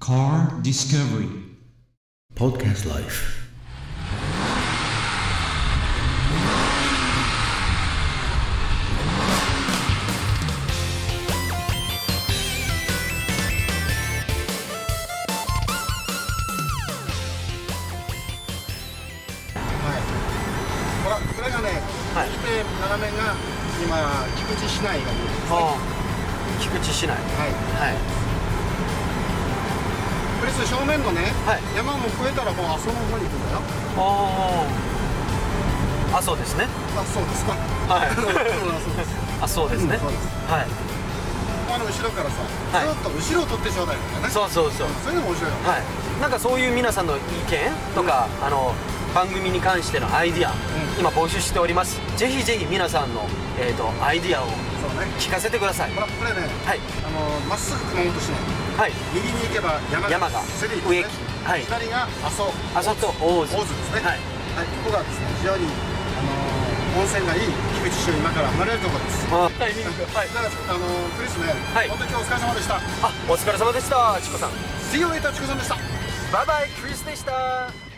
Car Discovery Podcast Life はい、ほらこれがね、はい見て斜めが今菊池市内が見えるはあ、菊池市は内。いはい。プレス正面のね、はい山も越えたらもう阿蘇の方に行くんだよああ。あ、そうですね。あそうですかはいうんそうですあ、そうですね。うん そうですはい。あの後ろからさ、はいずっと後ろを取ってちょうだいみたいなねそうそうそう。それでも面白いよねはい。なんかそういう皆さんの意見とか、あの。番組に関してのアイディんア、今募集しております。ぜひぜひ皆さんの、えっ、と、アイディアをそうね聞かせてください。ほらこれねはい。あのまっすぐ熊本市内はい。右に行けば山が山がセリ植木はい左が阿蘇あそこ、大津。大津ですねはい。はい、ここがですね非常にあの温泉がいい菊池市を今から生まれるところですあタイミングはいだからあのクリスね、はい本当に今日お疲れ様でしたあ、お疲れ様でした、チコさん。 See you later チコさんでしたバイバイ、クリスでした。